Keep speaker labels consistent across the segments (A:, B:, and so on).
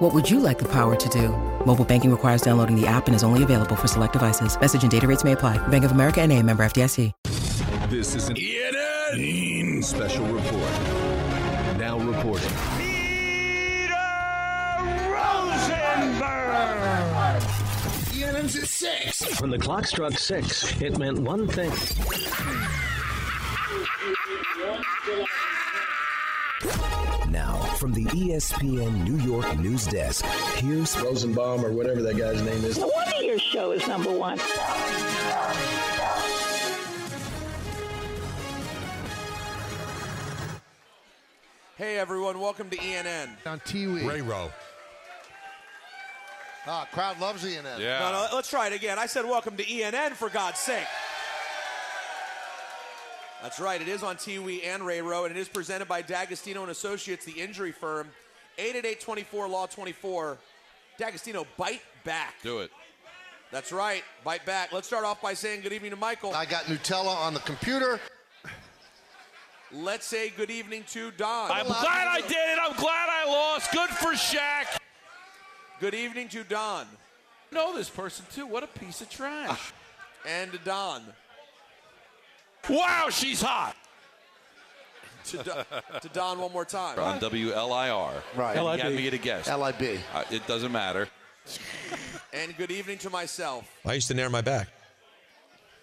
A: What would you like the power to do? Mobile banking requires downloading the app and is only available for select devices. Message and data rates may apply. Bank of America and a member FDIC.
B: This is an ENN special report. Now reporting.
C: Rosenberg!
B: ENN's at 6.
D: When the clock struck six, it meant one thing.
E: Now, from the E ESPN New York news desk, here's
F: Rosenbaum or whatever that guy's name is.
G: No wonder your show is number one.
H: Hey everyone, welcome to E ENN.
I: on Tiwi.
J: Ray Row.
I: Ah, crowd loves ENN.
H: No, no, let's try it again. I said welcome to ENN for God's sake. That's right. It is on TV and Ray Row, and it is presented by D'Agostino and Associates, the injury firm. 888-24 Law 24. D'Agostino, bite back.
J: Do it.
H: That's right. Bite back. Let's start off by saying good evening to Michael.
I: I got Nutella on the computer.
H: Let's say good evening to Don.
K: I'm glad I did it. I'm glad I lost. Good for Shaq.
H: Good evening to Don.
K: Know this person too. What a piece of trash.
H: Ah. And to Don.
K: wow, she's hot.
H: To, Don- to Don one more time.
J: On WLIR.
I: Right.
J: You had me at a guess.
I: LIB.
J: Uh, it doesn't matter.
H: And good evening to myself.
L: I used to narrow my back.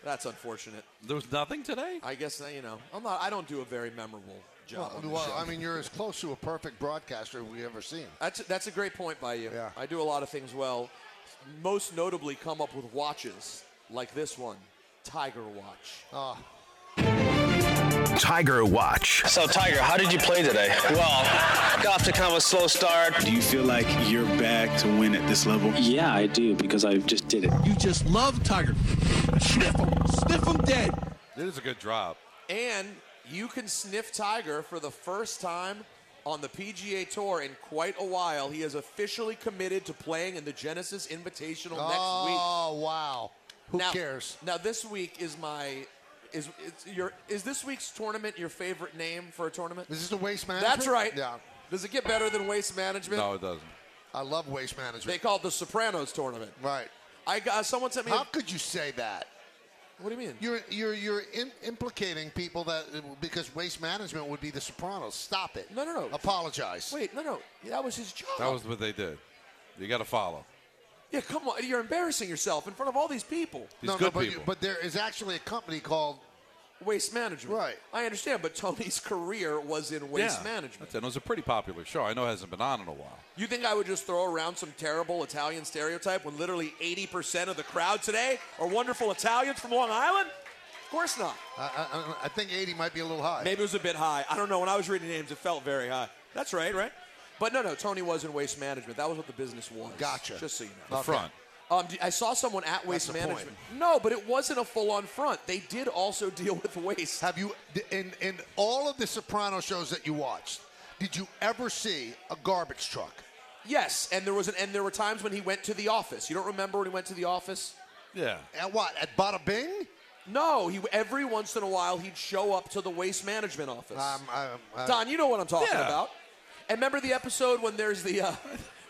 H: That's unfortunate.
J: There was nothing today?
H: I guess uh, you know I'm not. I don't do a very memorable job.
I: Well,
H: on the
I: well,
H: show.
I: I mean, you're as close to a perfect broadcaster we've ever seen.
H: that's that's a great point by you.
I: Yeah.
H: I do a lot of things well. Most notably, come up with watches like this one, Tiger Watch.
I: Oh.
E: Tiger Watch.
D: So, Tiger, how did you play today? Well, got off to kind of a slow start.
M: Do you feel like you're back to win at this level?
D: Yeah, I do because I just did it.
K: You just love Tiger. Sniff him. Sniff him dead.
J: It is a good drop.
H: And you can sniff Tiger for the first time on the PGA Tour in quite a while. He is officially committed to playing in the Genesis Invitational next week.
I: oh, wow. Who
H: now,
I: cares?
H: Now this week is my is it's your is this week's tournament your favorite name for a tournament?
I: Is this the waste management?
H: That's right.
I: Yeah.
H: Does it get better than waste management?
J: No, it doesn't.
I: I love waste
H: They
I: management.
H: call it the Sopranos tournament.
I: right.
H: I got someone sent me.
I: How
H: A,
I: could you say that?
H: what do you mean?
I: You're you're you're in, implicating people that because waste management would be the Sopranos. Stop it.
H: No, no, no.
I: Apologize.
H: Wait, no, no, that was his job.
J: That was what they did. You got to follow.
H: yeah, come on, you're embarrassing yourself in front of all these people.
J: These
I: no, no,
J: good
I: but, you-
J: people.
I: but there is actually a company called
H: Waste management.
I: Right.
H: I understand, but Tony's career was in waste
J: Yeah.
H: management.
J: That's it. It was a pretty popular show. I know it hasn't been on in a while.
H: You think I would just throw around some terrible Italian stereotype when literally 80% of the crowd today are wonderful Italians from Long Island? Of course not.
I: I, I, I think 80 might be a little high.
H: Maybe it was a bit high. I don't know. When I was reading names, it felt very high. That's right, right? But no, no, Tony was in waste management. That was what the business was.
I: Gotcha.
H: Just so you know.
J: The front.
H: Um, d- I saw someone at Waste
I: the point.
H: Management. No, but it wasn't a full-on front. They did also deal with waste.
I: Have you in in all of the Soprano shows that you watched? Did you ever see a garbage truck?
H: Yes, and there was an and there were times when he went to the office. You don't remember when he went to the office?
J: Yeah.
I: At what? At Bada Bing?
H: No, he every once in a while he'd show up to the Waste Management office.
I: Um, um, uh,
H: Don, you know what I'm talking
J: Yeah.
H: about. And remember the episode when there's the uh,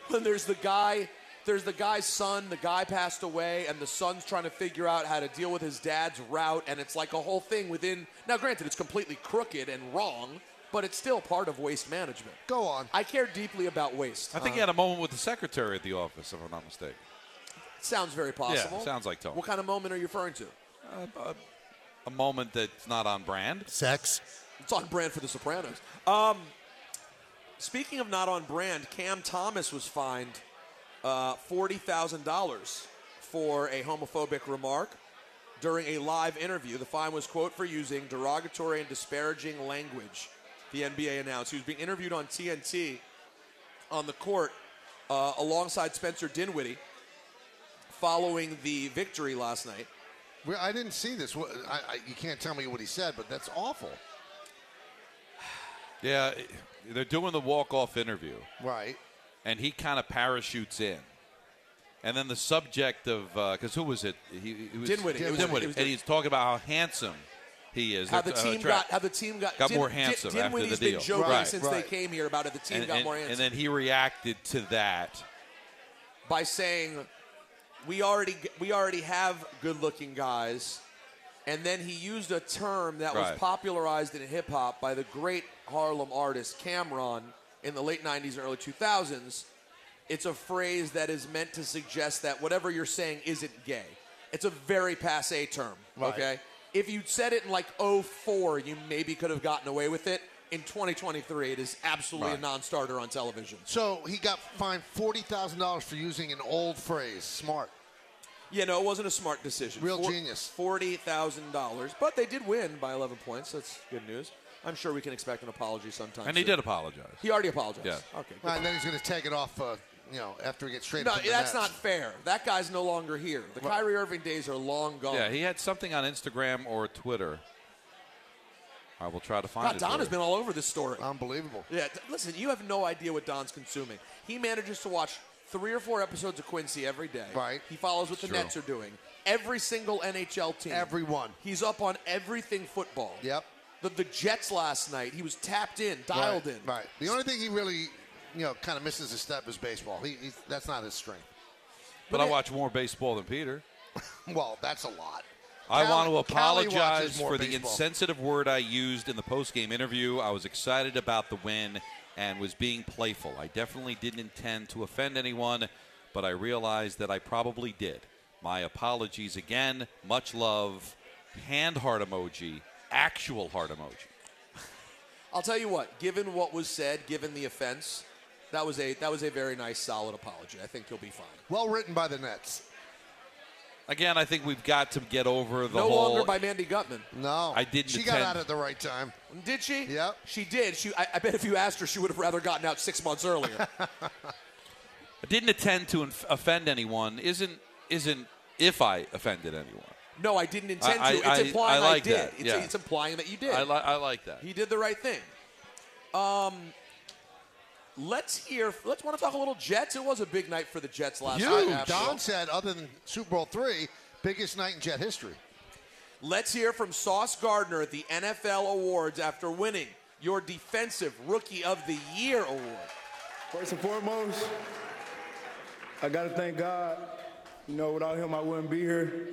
H: when there's the guy, there's the guy's son. The guy passed away, and the son's trying to figure out how to deal with his dad's route, and it's like a whole thing within. Now, granted, it's completely crooked and wrong, but it's still part of waste management.
I: Go on.
H: I care deeply about waste. Uh,
J: I think he had a moment with the secretary at the office, if I'm not mistaken.
H: sounds very possible.
J: sounds like Tony.
H: What kind of moment are you referring to?
J: A moment that's not on brand.
L: Sex.
H: It's on brand for The Sopranos. Um, speaking of not on brand, Cam Thomas was fined uh, $40,000 for a homophobic remark during a live interview. The fine was, quote, for using derogatory and disparaging language, the NBA announced. He was being interviewed on TNT on the court uh, alongside Spencer Dinwiddie following the victory last night.
I: Well, I didn't see this. What- I, I, you can't tell me what he said, but that's awful.
J: Yeah, it- they're doing the walk-off interview,
I: Right.
J: and he kind of parachutes in. And then the subject of because who was it? He, he was,
H: Dinwiddie. It was-
J: Dinwiddie.
H: it was-
J: and he's talking about how handsome he is.
H: How the
J: They're, uh,
H: team
J: tra-
H: got how the team got,
J: got
H: Din-
J: more
H: Din-
J: handsome after the
H: Dinwiddie's
J: deal.
H: been joking
J: Right,
H: since they
J: right.
H: came here about it. The team
J: and,
H: got
J: and-
H: more
J: and
H: handsome
J: then he reacted to that.
H: by saying, "We already g- we already have good-looking guys," and then he used a term that
J: Right.
H: was popularized in hip hop by the great Harlem artist Cameron in the late '90s and early 2000s. It's a phrase that is meant to suggest that whatever you're saying isn't gay. It's a very passe term.
I: Right.
H: Okay. If you said it in like 04, you maybe could have gotten away with it. In 2023, it is absolutely
I: Right.
H: a non-starter on television.
I: So he got fined forty thousand dollars for using an old phrase. Smart.
H: Yeah, no, it wasn't a smart decision.
I: Real genius.
H: Forty thousand dollars, but they did win by eleven points. That's good news. I'm sure we can expect an apology sometime.
J: And he
H: soon.
J: did apologize.
H: He already apologized.
J: Yeah.
H: Okay. good.
I: Well, and then he's going to take it off. Uh, you know, after we get straight.
H: No,
I: up in the
H: that's
I: Nets.
H: not fair. That guy's no longer here. The Kyrie Irving days are long gone.
J: Yeah, he had something on Instagram or Twitter. I will try to find
H: God,
J: it.
H: Don
J: for
H: has
J: you.
H: been all over this story.
I: Unbelievable.
H: Yeah, t- listen, you have no idea what Don's consuming. He manages to watch three or four episodes of Quincy every day.
I: Right.
H: He follows what the
I: True.
H: Nets are doing. Every single NHL team.
I: Everyone.
H: He's up on everything football.
I: Yep.
H: The, the Jets last night, he was tapped in, dialed
I: right,
H: in.
I: Right. The only thing he really, you know, kind of misses his step is baseball. He, he's, that's not his strength.
J: but I watch more baseball than Peter.
I: Well, that's a lot.
J: I
I: Cali-
J: want to
I: Cali watches
J: apologize
I: more
J: for the
I: baseball.
J: insensitive word I used in the post-game interview. I was excited about the win and was being playful. I definitely didn't intend to offend anyone, but I realized that I probably did. My apologies again. Much love. Hand heart emoji. Actual heart emoji.
H: I'll tell you what, given what was said, given the offense, that was a that was a very nice, solid apology. I think he'll be fine.
I: Well written by the Nets.
J: Again, I think we've got to get over the
H: no
J: whole.
H: longer by Mandy Gutman.
I: No,
J: I didn't
I: She
J: attend.
I: got out at the right time.
H: Did she?
I: Yep.
H: She did. She. I, I bet if you asked her, she would have rather gotten out six months earlier.
J: I didn't intend to inf- offend anyone. Isn't isn't if I offended anyone.
H: no, I didn't intend
J: I-
H: to.
J: I-
H: It's implying
J: I
H: I,
J: like
H: did.
J: that,
H: It's,
J: yeah.
H: it's implying that you did.
J: I, li- I like that.
H: He did the right thing. Um, let's hear. Let's want to talk a little Jets. It was a big night for the Jets last
I: You,
H: night.
I: Don said, other than Super Bowl three, biggest night in Jet history.
H: Let's hear from Sauce Gardner at the NFL Awards after winning your Defensive Rookie of the Year award.
C: First and foremost, I got to thank God. You know, without him, I wouldn't be here.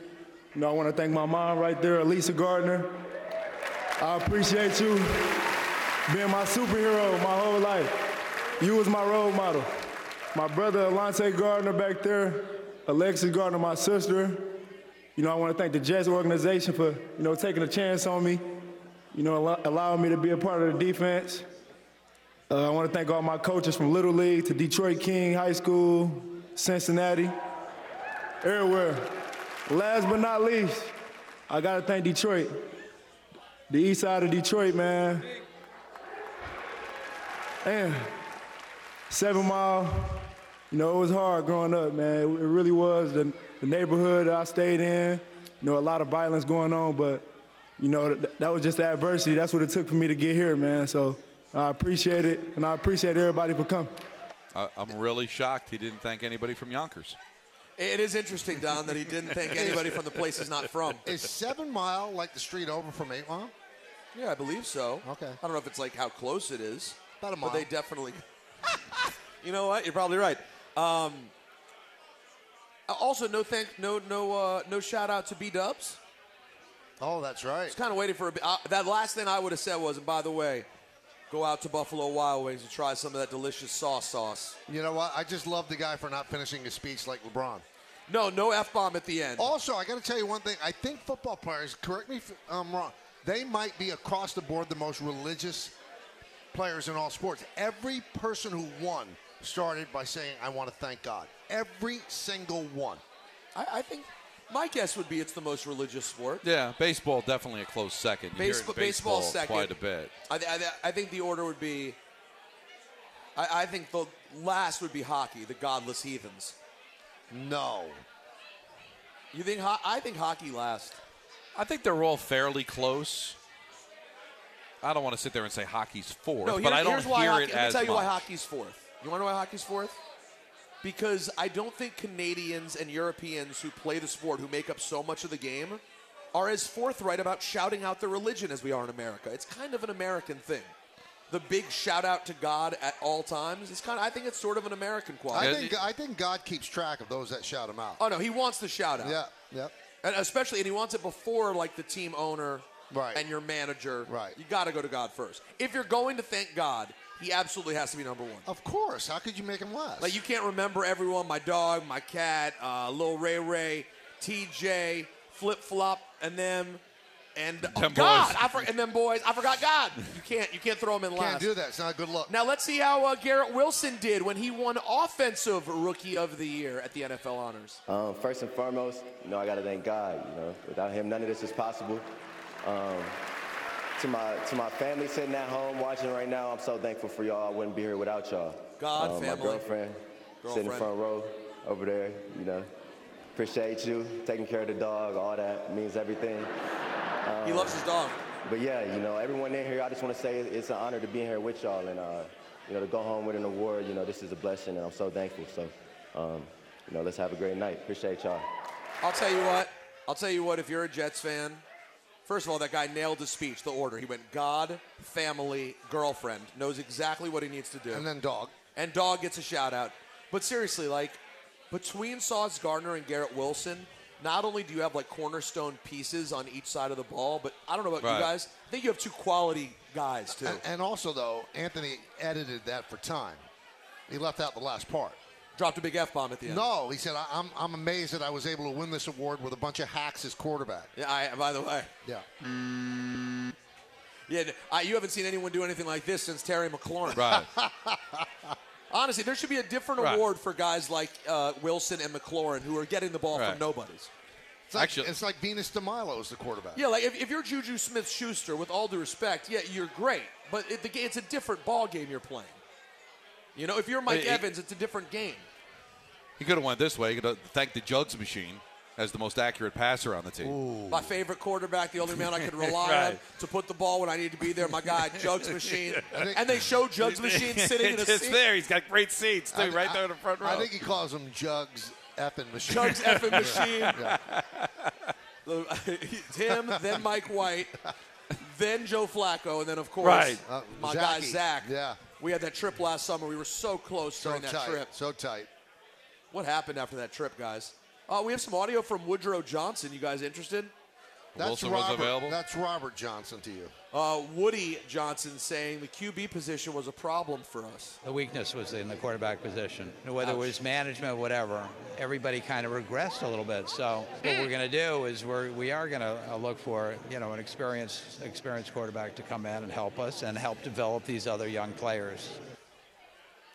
C: You know, I want to thank my mom right there, Elisa Gardner. I appreciate you being my superhero my whole life. You was my role model. My brother, Alonte Gardner, back there, Alexis Gardner, my sister. You know, I want to thank the Jets organization for, you know, taking a chance on me, you know, allow- allowing me to be a part of the defense. Uh, I want to thank all my coaches from Little League to Detroit King High School, Cincinnati, everywhere. Last but not least, I got to thank Detroit, the east side of Detroit, man. And Seven Mile, you know, it was hard growing up, man. It really was. The, the neighborhood that I stayed in, you know, a lot of violence going on, but, you know, th- that was just the adversity. That's what it took for me to get here, man. So I appreciate it, and I appreciate everybody for coming.
J: I, I'm really shocked he didn't thank anybody from Yonkers.
H: It is interesting, Don, that he didn't thank anybody from the place he's not from.
I: Is Seven Mile like the street over from Eight Mile?
H: Yeah, I believe so.
I: Okay.
H: I don't know if it's like how close it is.
I: About a
H: But they
I: mile.
H: definitely. you know what? You're probably right. Um, also, no thank, no, no, uh, no shout out to B Dubs.
I: Oh, that's right.
H: Just kind of waiting for a bit. Uh, that last thing I would have said was, and by the way, go out to Buffalo Wild Wings and try some of that delicious sauce sauce.
I: You know what? I just love the guy for not finishing his speech like LeBron.
H: No, no f bomb at the end.
I: Also, I got to tell you one thing. I think football players, correct me if I'm wrong, they might be across the board the most religious players in all sports. Every person who won started by saying, I want to thank God. Every single one.
H: I, I think my guess would be it's the most religious sport.
J: Yeah, baseball definitely a close second. You hear it in
H: Baseball, baseball, second.
J: quite a bit.
H: I, th- I, th- I think the order would be. I, I think the last would be hockey, the godless heathens.
I: No.
H: Oh. You think? Ho- I think hockey last.
J: I think they're all fairly close. I don't want to sit there and say hockey's fourth,
H: No,
J: but
H: here-
J: I don't
H: here's why
J: hear
H: hockey,
J: it
H: Let me
J: as
H: tell you
J: much.
H: why hockey's fourth. You want to know why hockey's fourth? Because I don't think Canadians and Europeans who play the sport, who make up so much of the game, are as forthright about shouting out their religion as we are in America. It's kind of an American thing. The big shout out to God at all times. It's kind of, I think it's sort of an American quality.
I: I think I think God keeps track of those that shout him out.
H: Oh no, he wants the shout out.
I: Yeah, yeah.
H: And especially, and he wants it before like the team owner
I: Right.
H: and your manager. Right. You got to go to God first. If you're going to thank God, he absolutely has to be number one.
I: Of course. How could you make him last?
H: Like you can't remember everyone. My dog, my cat, uh, Lil Ray Ray, TJ, Flip Flop, and them, and oh,
I: Them
H: God,
I: boys.
H: I for- and them boys. I forgot God. You can't. You can't throw them in
I: Can't
H: last.
I: do that. It's not good luck.
H: Now let's see how uh, Garrett Wilson did when he won Offensive Rookie of the Year at the NFL Honors.
L: Um, first and foremost, you know, I got to thank God. You know, without Him, none of this is possible. Um, to my to my family sitting at home watching right now, I'm so thankful for y'all. I wouldn't be here without y'all.
H: God,
L: Uh, my
H: family.
L: girlfriend, sitting
H: Girlfriend.
L: front row over there. You know, appreciate you taking care of the dog. All that means everything.
H: He
L: Um,
H: loves his dog.
L: but yeah, you know, everyone in here, I just want to say it- it's an honor to be here with y'all, and uh, you know, to go home with an award. You know, this is a blessing, and I'm so thankful. So, um, you know, let's have a great night. Appreciate y'all.
H: I'll tell you what. I'll tell you what. If you're a Jets fan, first of all, that guy nailed his speech, the order. He went God, family, girlfriend. Knows exactly what he needs to do.
I: And then dog.
H: And dog gets a shout out. But seriously, like between Sauce Gardner and Garrett Wilson, not only do you have like cornerstone pieces on each side of the ball, but I don't know about
I: Right.
H: you guys. I think you have two quality guys too.
I: And, and also though, Anthony edited that for time. He left out the last part.
H: Dropped a big f bomb at the end.
I: No, he said I, I'm I'm amazed that I was able to win this award with a bunch of hacks as quarterback.
H: Yeah. I, by the way.
I: Yeah.
H: Yeah. I, you haven't seen anyone do anything like this since Terry McLaurin.
J: Right.
H: Honestly, there should be a different
J: Right.
H: award for guys like uh, Wilson and McLaurin who are getting the ball
J: Right.
H: from nobodies.
I: It's like,
J: Actually-
I: it's like Venus DeMilo is the quarterback.
H: Yeah, like if, if you're Juju Smith Schuster, with all due respect, yeah, you're great, but it, the, ga- it's a different ball game you're playing. You know, if you're Mike
J: It- it-
H: Evans, it's a different game.
J: He could have went this way. He could have thanked the Jugs machine as the most accurate passer on the team.
H: My favorite quarterback, the only man I could rely on
J: Right.
H: to put the ball when I need to be there, my guy, Jugs Machine. and they show Jugs Machine sitting in a seat.
J: He's got great seats
H: too, right there in the front
I: I
H: row.
I: think he calls them Jugs effing machine.
H: Chugs effing
I: Yeah.
H: machine.
I: Yeah.
H: The- Him, then Mike White, then Joe Flacco, and then of course
I: Right. Uh,
H: my guy
I: Zachy.
H: Zach.
I: Yeah.
H: We had that trip last summer. We were so close
I: So
H: during that
I: tight.
H: trip.
I: So tight.
H: What happened after that trip, guys? Uh, we have some audio from Woodrow Johnson. You guys interested?
I: That's Robert, That's Robert Johnson to you.
H: Uh, Woody Johnson saying the QB position was a problem for us.
N: The weakness was in the quarterback position. Whether it was management, whatever, everybody kind of regressed a little bit. So what we're going to do is we're, we are going to uh, look for you know an experienced experienced quarterback to come in and help us and help develop these other young players.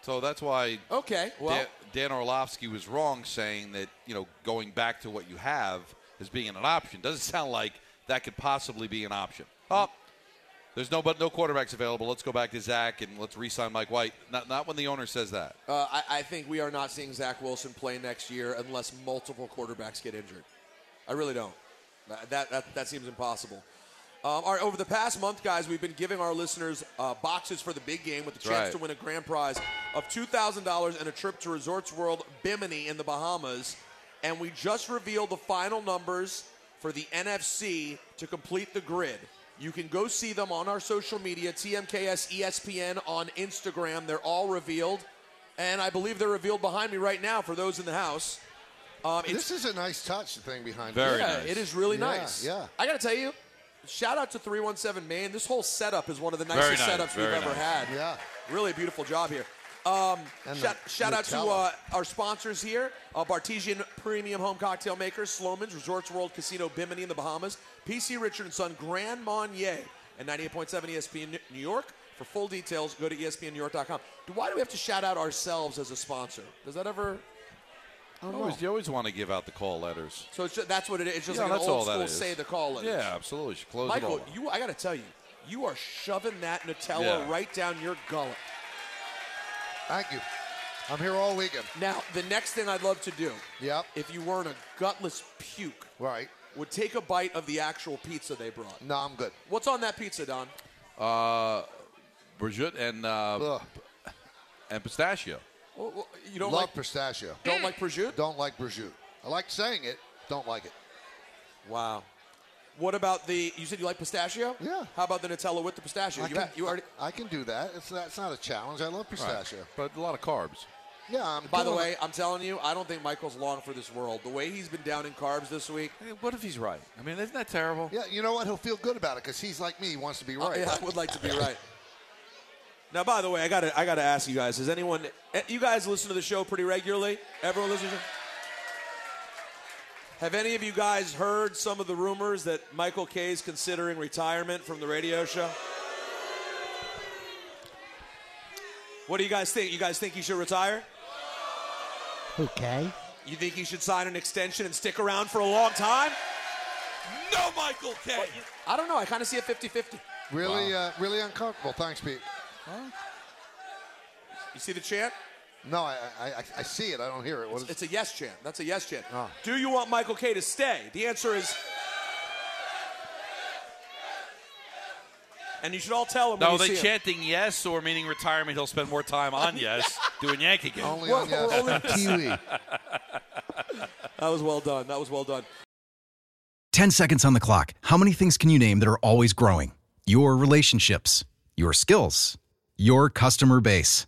J: So that's why
H: okay,
J: Dan, Dan Orlovsky was wrong saying that you know going back to what you have as being an option doesn't sound like that could possibly be an option. Oh, there's no but no quarterbacks available. Let's go back to Zach and let's re-sign Mike White. Not not when the owner says that.
H: Uh, I, I think we are not seeing Zach Wilson play next year unless multiple quarterbacks get injured. I really don't. That that that, that seems impossible. Um, all right, over the past month, guys, we've been giving our listeners uh, boxes for the big game with the
J: That's
H: chance
J: right.
H: to win a grand prize of $2,000 and a trip to Resorts World Bimini in the Bahamas. And we just revealed the final numbers for the NFC to complete the grid. You can go see them on our social media, TMKS ESPN on Instagram. They're all revealed. And I believe they're revealed behind me right now for those in the house. Um, it's-
I: This is a nice touch, the thing behind
J: Very
I: it.
J: nice.
H: it is really
I: Yeah,
H: nice.
I: yeah.
H: I got to tell you, shout out to 317 Maine. This whole setup is one of the
J: Very
H: nicest
J: nice,
H: setups we've
J: very
H: ever
J: nice.
H: had. Yeah. Really beautiful job here. Um,
I: And
H: shout
I: the
H: shout out to uh,
I: Nutella.
H: our sponsors here uh, Bartesian Premium Home Cocktail Makers, Sloman's, Resorts World Casino Bimini in the Bahamas, PC Richard and Son, Grand Marnier, and 98.7 ESPN New York. For full details, go to E ESPNNewYork.com. Do- Why do we have to shout out ourselves as a sponsor? Does that ever.
J: You always, you always want to give out the call letters.
H: So it's ju- that's what it is. It's just
J: Yeah,
H: like an
J: that's
H: old
J: all that
H: school
J: is.
H: say the call letters.
J: Yeah, absolutely. Should close it
H: Michael,
J: all. out.
H: you I gotta tell you, you are shoving that Nutella
J: Yeah.
H: right down your gullet.
I: Thank you. I'm here all weekend.
H: Now, the next thing I'd love to do,
I: Yep.
H: if you weren't a gutless puke,
I: Right.
H: would take a bite of the actual pizza they brought.
I: No, I'm good.
H: What's on that pizza, Don?
J: Uh, Brigitte and uh, and pistachio.
H: Well, well, you don't
I: Love
H: like
I: pistachio.
H: Don't like prosciutto.
I: Don't like prosciutto. I like saying it. Don't like it.
H: Wow. What about the? You said you like pistachio. Yeah. How about the Nutella with the pistachio?
I: I
H: you
I: can-
H: ha- you already.
I: I can do that. It's not, it's not a challenge. I love pistachio.
J: But a lot of carbs.
I: Yeah. I'm
H: By the
I: doing
H: way,
I: it.
H: I'm telling you, I don't think Michael's long for this world. The way he's been down in carbs this week.
J: What if he's right? I mean, isn't that terrible?
I: yeah. You know what? He'll feel good about it because he's like me. He wants to be right.
H: Uh, Oh, yeah, I would like to be right. Now, by the way, I gotta I gotta ask you guys: Has anyone? eh, You guys listen to the show pretty regularly. Everyone listens. to Have any of you guys heard some of the rumors that Michael K is considering retirement from the radio show? What do you guys think? You guys think he should retire?
O: Okay.
H: You think he should sign an extension and stick around for a long time? No, Michael K. I don't know. I kind of see a 50-50.
I: Really, uh, really uncomfortable. Thanks, Pete.
H: You see the chant?
I: No, I, I, I- I see it. I don't hear it. What is
H: It's a yes chant. That's a yes chant.
I: Oh.
H: Do you want Michael K to stay? The answer is. And you should all tell him.
J: No,
H: when you
J: they
H: see him.
J: chanting yes or meaning retirement. He'll spend more time on yes doing Yankee games.
I: Only on Well, yes. only- Kiwi.
H: That was well done. That was well done.
P: 10 seconds on the clock. How many things can you name that are always growing? Your relationships, your skills, your customer base.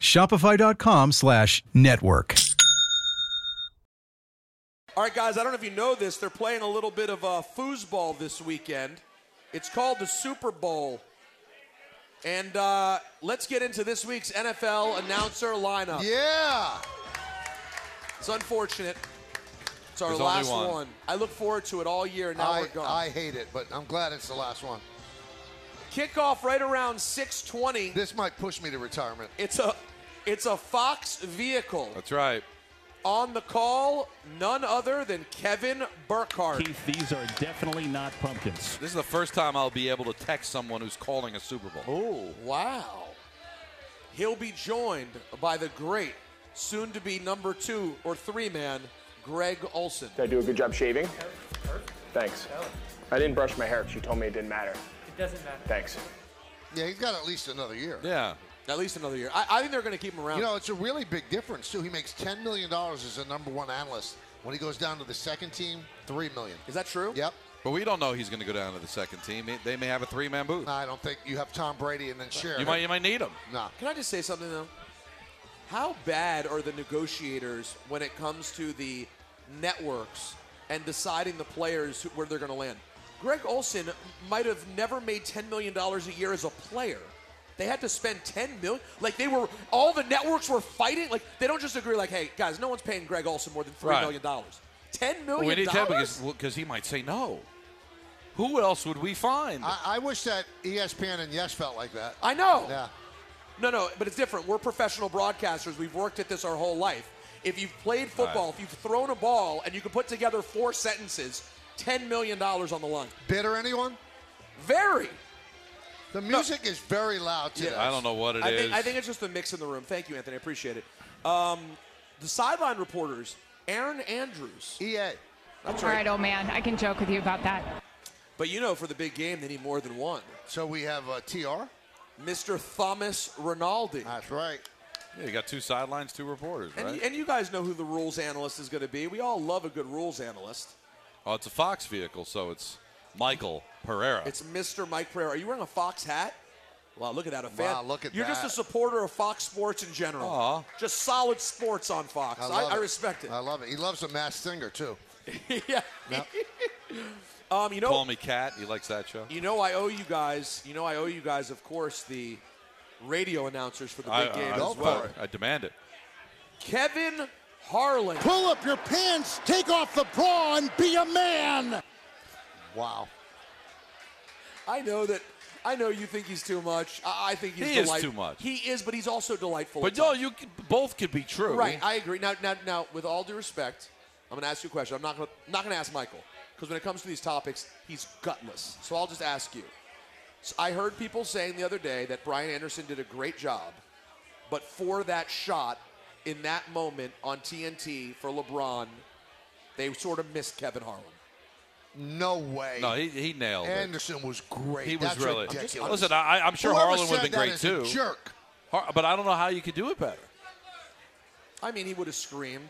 P: Shopify.com slash network.
H: All right, guys. I don't know if you know this. They're playing a little bit of uh, foosball this weekend. It's called the Super Bowl. And uh, let's get into this week's NFL announcer lineup.
I: Yeah.
H: It's unfortunate. It's our
I: There's only
H: last
I: one.
H: I look forward to it all year. Now
I: I,
H: we're gone.
I: I hate it, but I'm glad it's the last one.
H: Kickoff right around 6:20.
I: This might push me to retirement.
H: It's a it's a Fox vehicle.
J: That's right.
H: On the call, none other than Kevin Burkhardt.
Q: Keith, these are definitely not pumpkins.
J: This is the first time I'll be able to text someone who's calling a Super Bowl.
Q: Oh.
H: Wow. He'll be joined by the great, soon to be number two or three man, Greg Olson.
R: Did I do a good job shaving? Thanks. I didn't brush my hair because you told me it didn't matter.
H: It doesn't matter.
R: Thanks.
I: Yeah, he's got at least another year.
J: Yeah.
H: At least another year. I, I think they're going to keep him around.
I: You know, it's a really big difference too. He makes ten million dollars as a number one analyst. When he goes down to the second team, three million.
H: Is that true?
I: Yep.
J: But we don't know he's going to go down to the second team. They- They may have a three-man booth.
I: I don't think you have Tom Brady and then Sharon.
J: You might, you might need him.
I: Nah.
H: Can I just say something though? How bad are the negotiators when it comes to the networks and deciding the players who, where they're going to land? Greg Olson might have never made ten million dollars a year as a player. They had to spend ten million. Like they were, all the networks were fighting. Like they don't just agree. Like, hey guys, no one's paying Greg Olson more than three
J: Right.
H: million dollars. Ten
J: Well,
H: million
J: we need him
H: dollars.
J: because well, 'cause he might say no. Who else would we find?
I: I, I wish that E ESPN and Yes felt like that.
H: I know.
I: Yeah.
H: No, no, but it's different. We're professional broadcasters. We've worked at this our whole life. If you've played football,
I: Right.
H: if you've thrown a ball, and you can put together four sentences, ten million dollars on the line.
I: Bitter anyone?
H: Very.
I: The music is very loud today.
J: I don't know what it
H: I
J: is.
H: Think, I think it's just the mix in the room. Thank you, Anthony. I appreciate it. Um, the sideline reporters, Aaron Andrews,
I: EA.
H: That's
S: All
H: right.
S: right, old man. I can joke with you about that.
H: But you know, for the big game, they need more than one.
I: So we have uh, TR,
H: Mr. Thomas Rinaldi.
I: That's right.
J: Yeah, you got two sidelines, two reporters,
H: And,
J: right?
H: and you guys know who the rules analyst is going to be. We all love a good rules analyst.
J: oh, it's a Fox vehicle, so it's Michael Pereira.
H: It's Mr. Mike Pereira. Are you wearing a Fox hat? Wow, look at that. A fan.
J: Wow, look at
H: You're just
J: that.
H: a supporter of Fox Sports in general.
J: Aw.
H: Just solid sports on Fox. I,
I: love
H: I respect it.
I: I love it. He loves a mass singer too.
H: yeah. um, you know,
J: Call me Cat. He likes that show.
H: you know, I owe you guys. You know, I owe you guys, of course, the radio announcers for the
J: I,
H: big
T: uh,
H: game
J: I-
H: as well.
J: I demand it.
H: Kevin Harlan.
U: Pull up your pants, take off the bra, and be a man.
I: Wow.
H: I know that. I know you think he's too much. I, I think he's
T: He is
H: delightful.
T: too much.
H: He is, but he's also delightful.
T: But
H: at
T: no,
H: times.
T: you c- both could be true.
H: Right, I agree. Now, now, now, with all due respect, I'm going to ask you a question. I'm not going to not going to ask Michael because when it comes to these topics, he's gutless. So I'll just ask you. So I heard people saying the other day that Brian Anderson did a great job, but for that shot in that moment on TNT for LeBron, they sort of missed Kevin Harlan.
I: No way.
T: No, he, he nailed it.
I: Anderson was great.
T: He was
I: That's
T: really.
I: ridiculous.
T: Listen, I, I'm sure
I: Whoever
T: Harlan would
I: said
T: have been
I: that
T: great
I: is a
T: too.
I: jerk.
T: Har- but I don't know how you could do it better.
H: I mean, he would have screamed.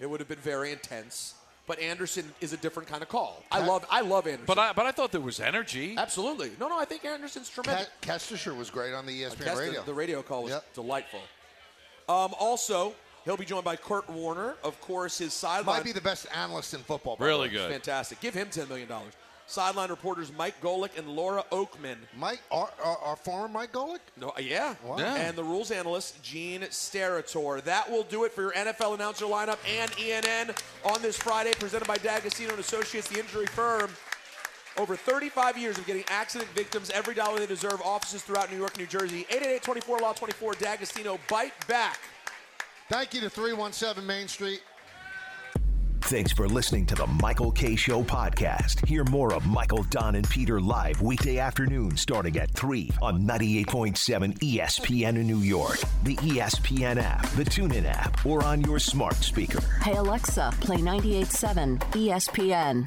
H: It would have been very intense. But Anderson is a different kind of call. I love I love Anderson.
T: But I but I thought there was energy.
H: Absolutely. No, no, I think Anderson's tremendous.
I: Kestisher was great on the E ESPN
H: Yes, the-
I: radio.
H: The, radio call was delightful. Um, also, he'll be joined by Kurt Warner, of course, his sideline.
I: Might be the best analyst in football. by the
T: Really
I: way.
T: good.
H: fantastic. Give him ten million dollars. Sideline reporters Mike Golick and Laura Oakman.
I: Mike, our, our, our former Mike Golick.
H: No, uh, yeah.
I: Wow. Yeah.
H: And the rules analyst Gene Steratore. That will do it for your NFL announcer lineup and ENN on this Friday, presented by D'Agostino and Associates, the injury firm. Over 35 years of getting accident victims every dollar they deserve. Offices throughout New York, New Jersey. 888-24 Law 24 D'Agostino. Bite back.
I: Thank you to 317 Main Street.
P: Thanks for listening to the Michael K. Show podcast. Hear more of Michael, Don, and Peter live weekday afternoon starting at 3 on 98.7 ESPN in New York, the E ESPN app, the TuneIn app, or on your smart speaker.
V: Hey Alexa, play 98.7 ESPN.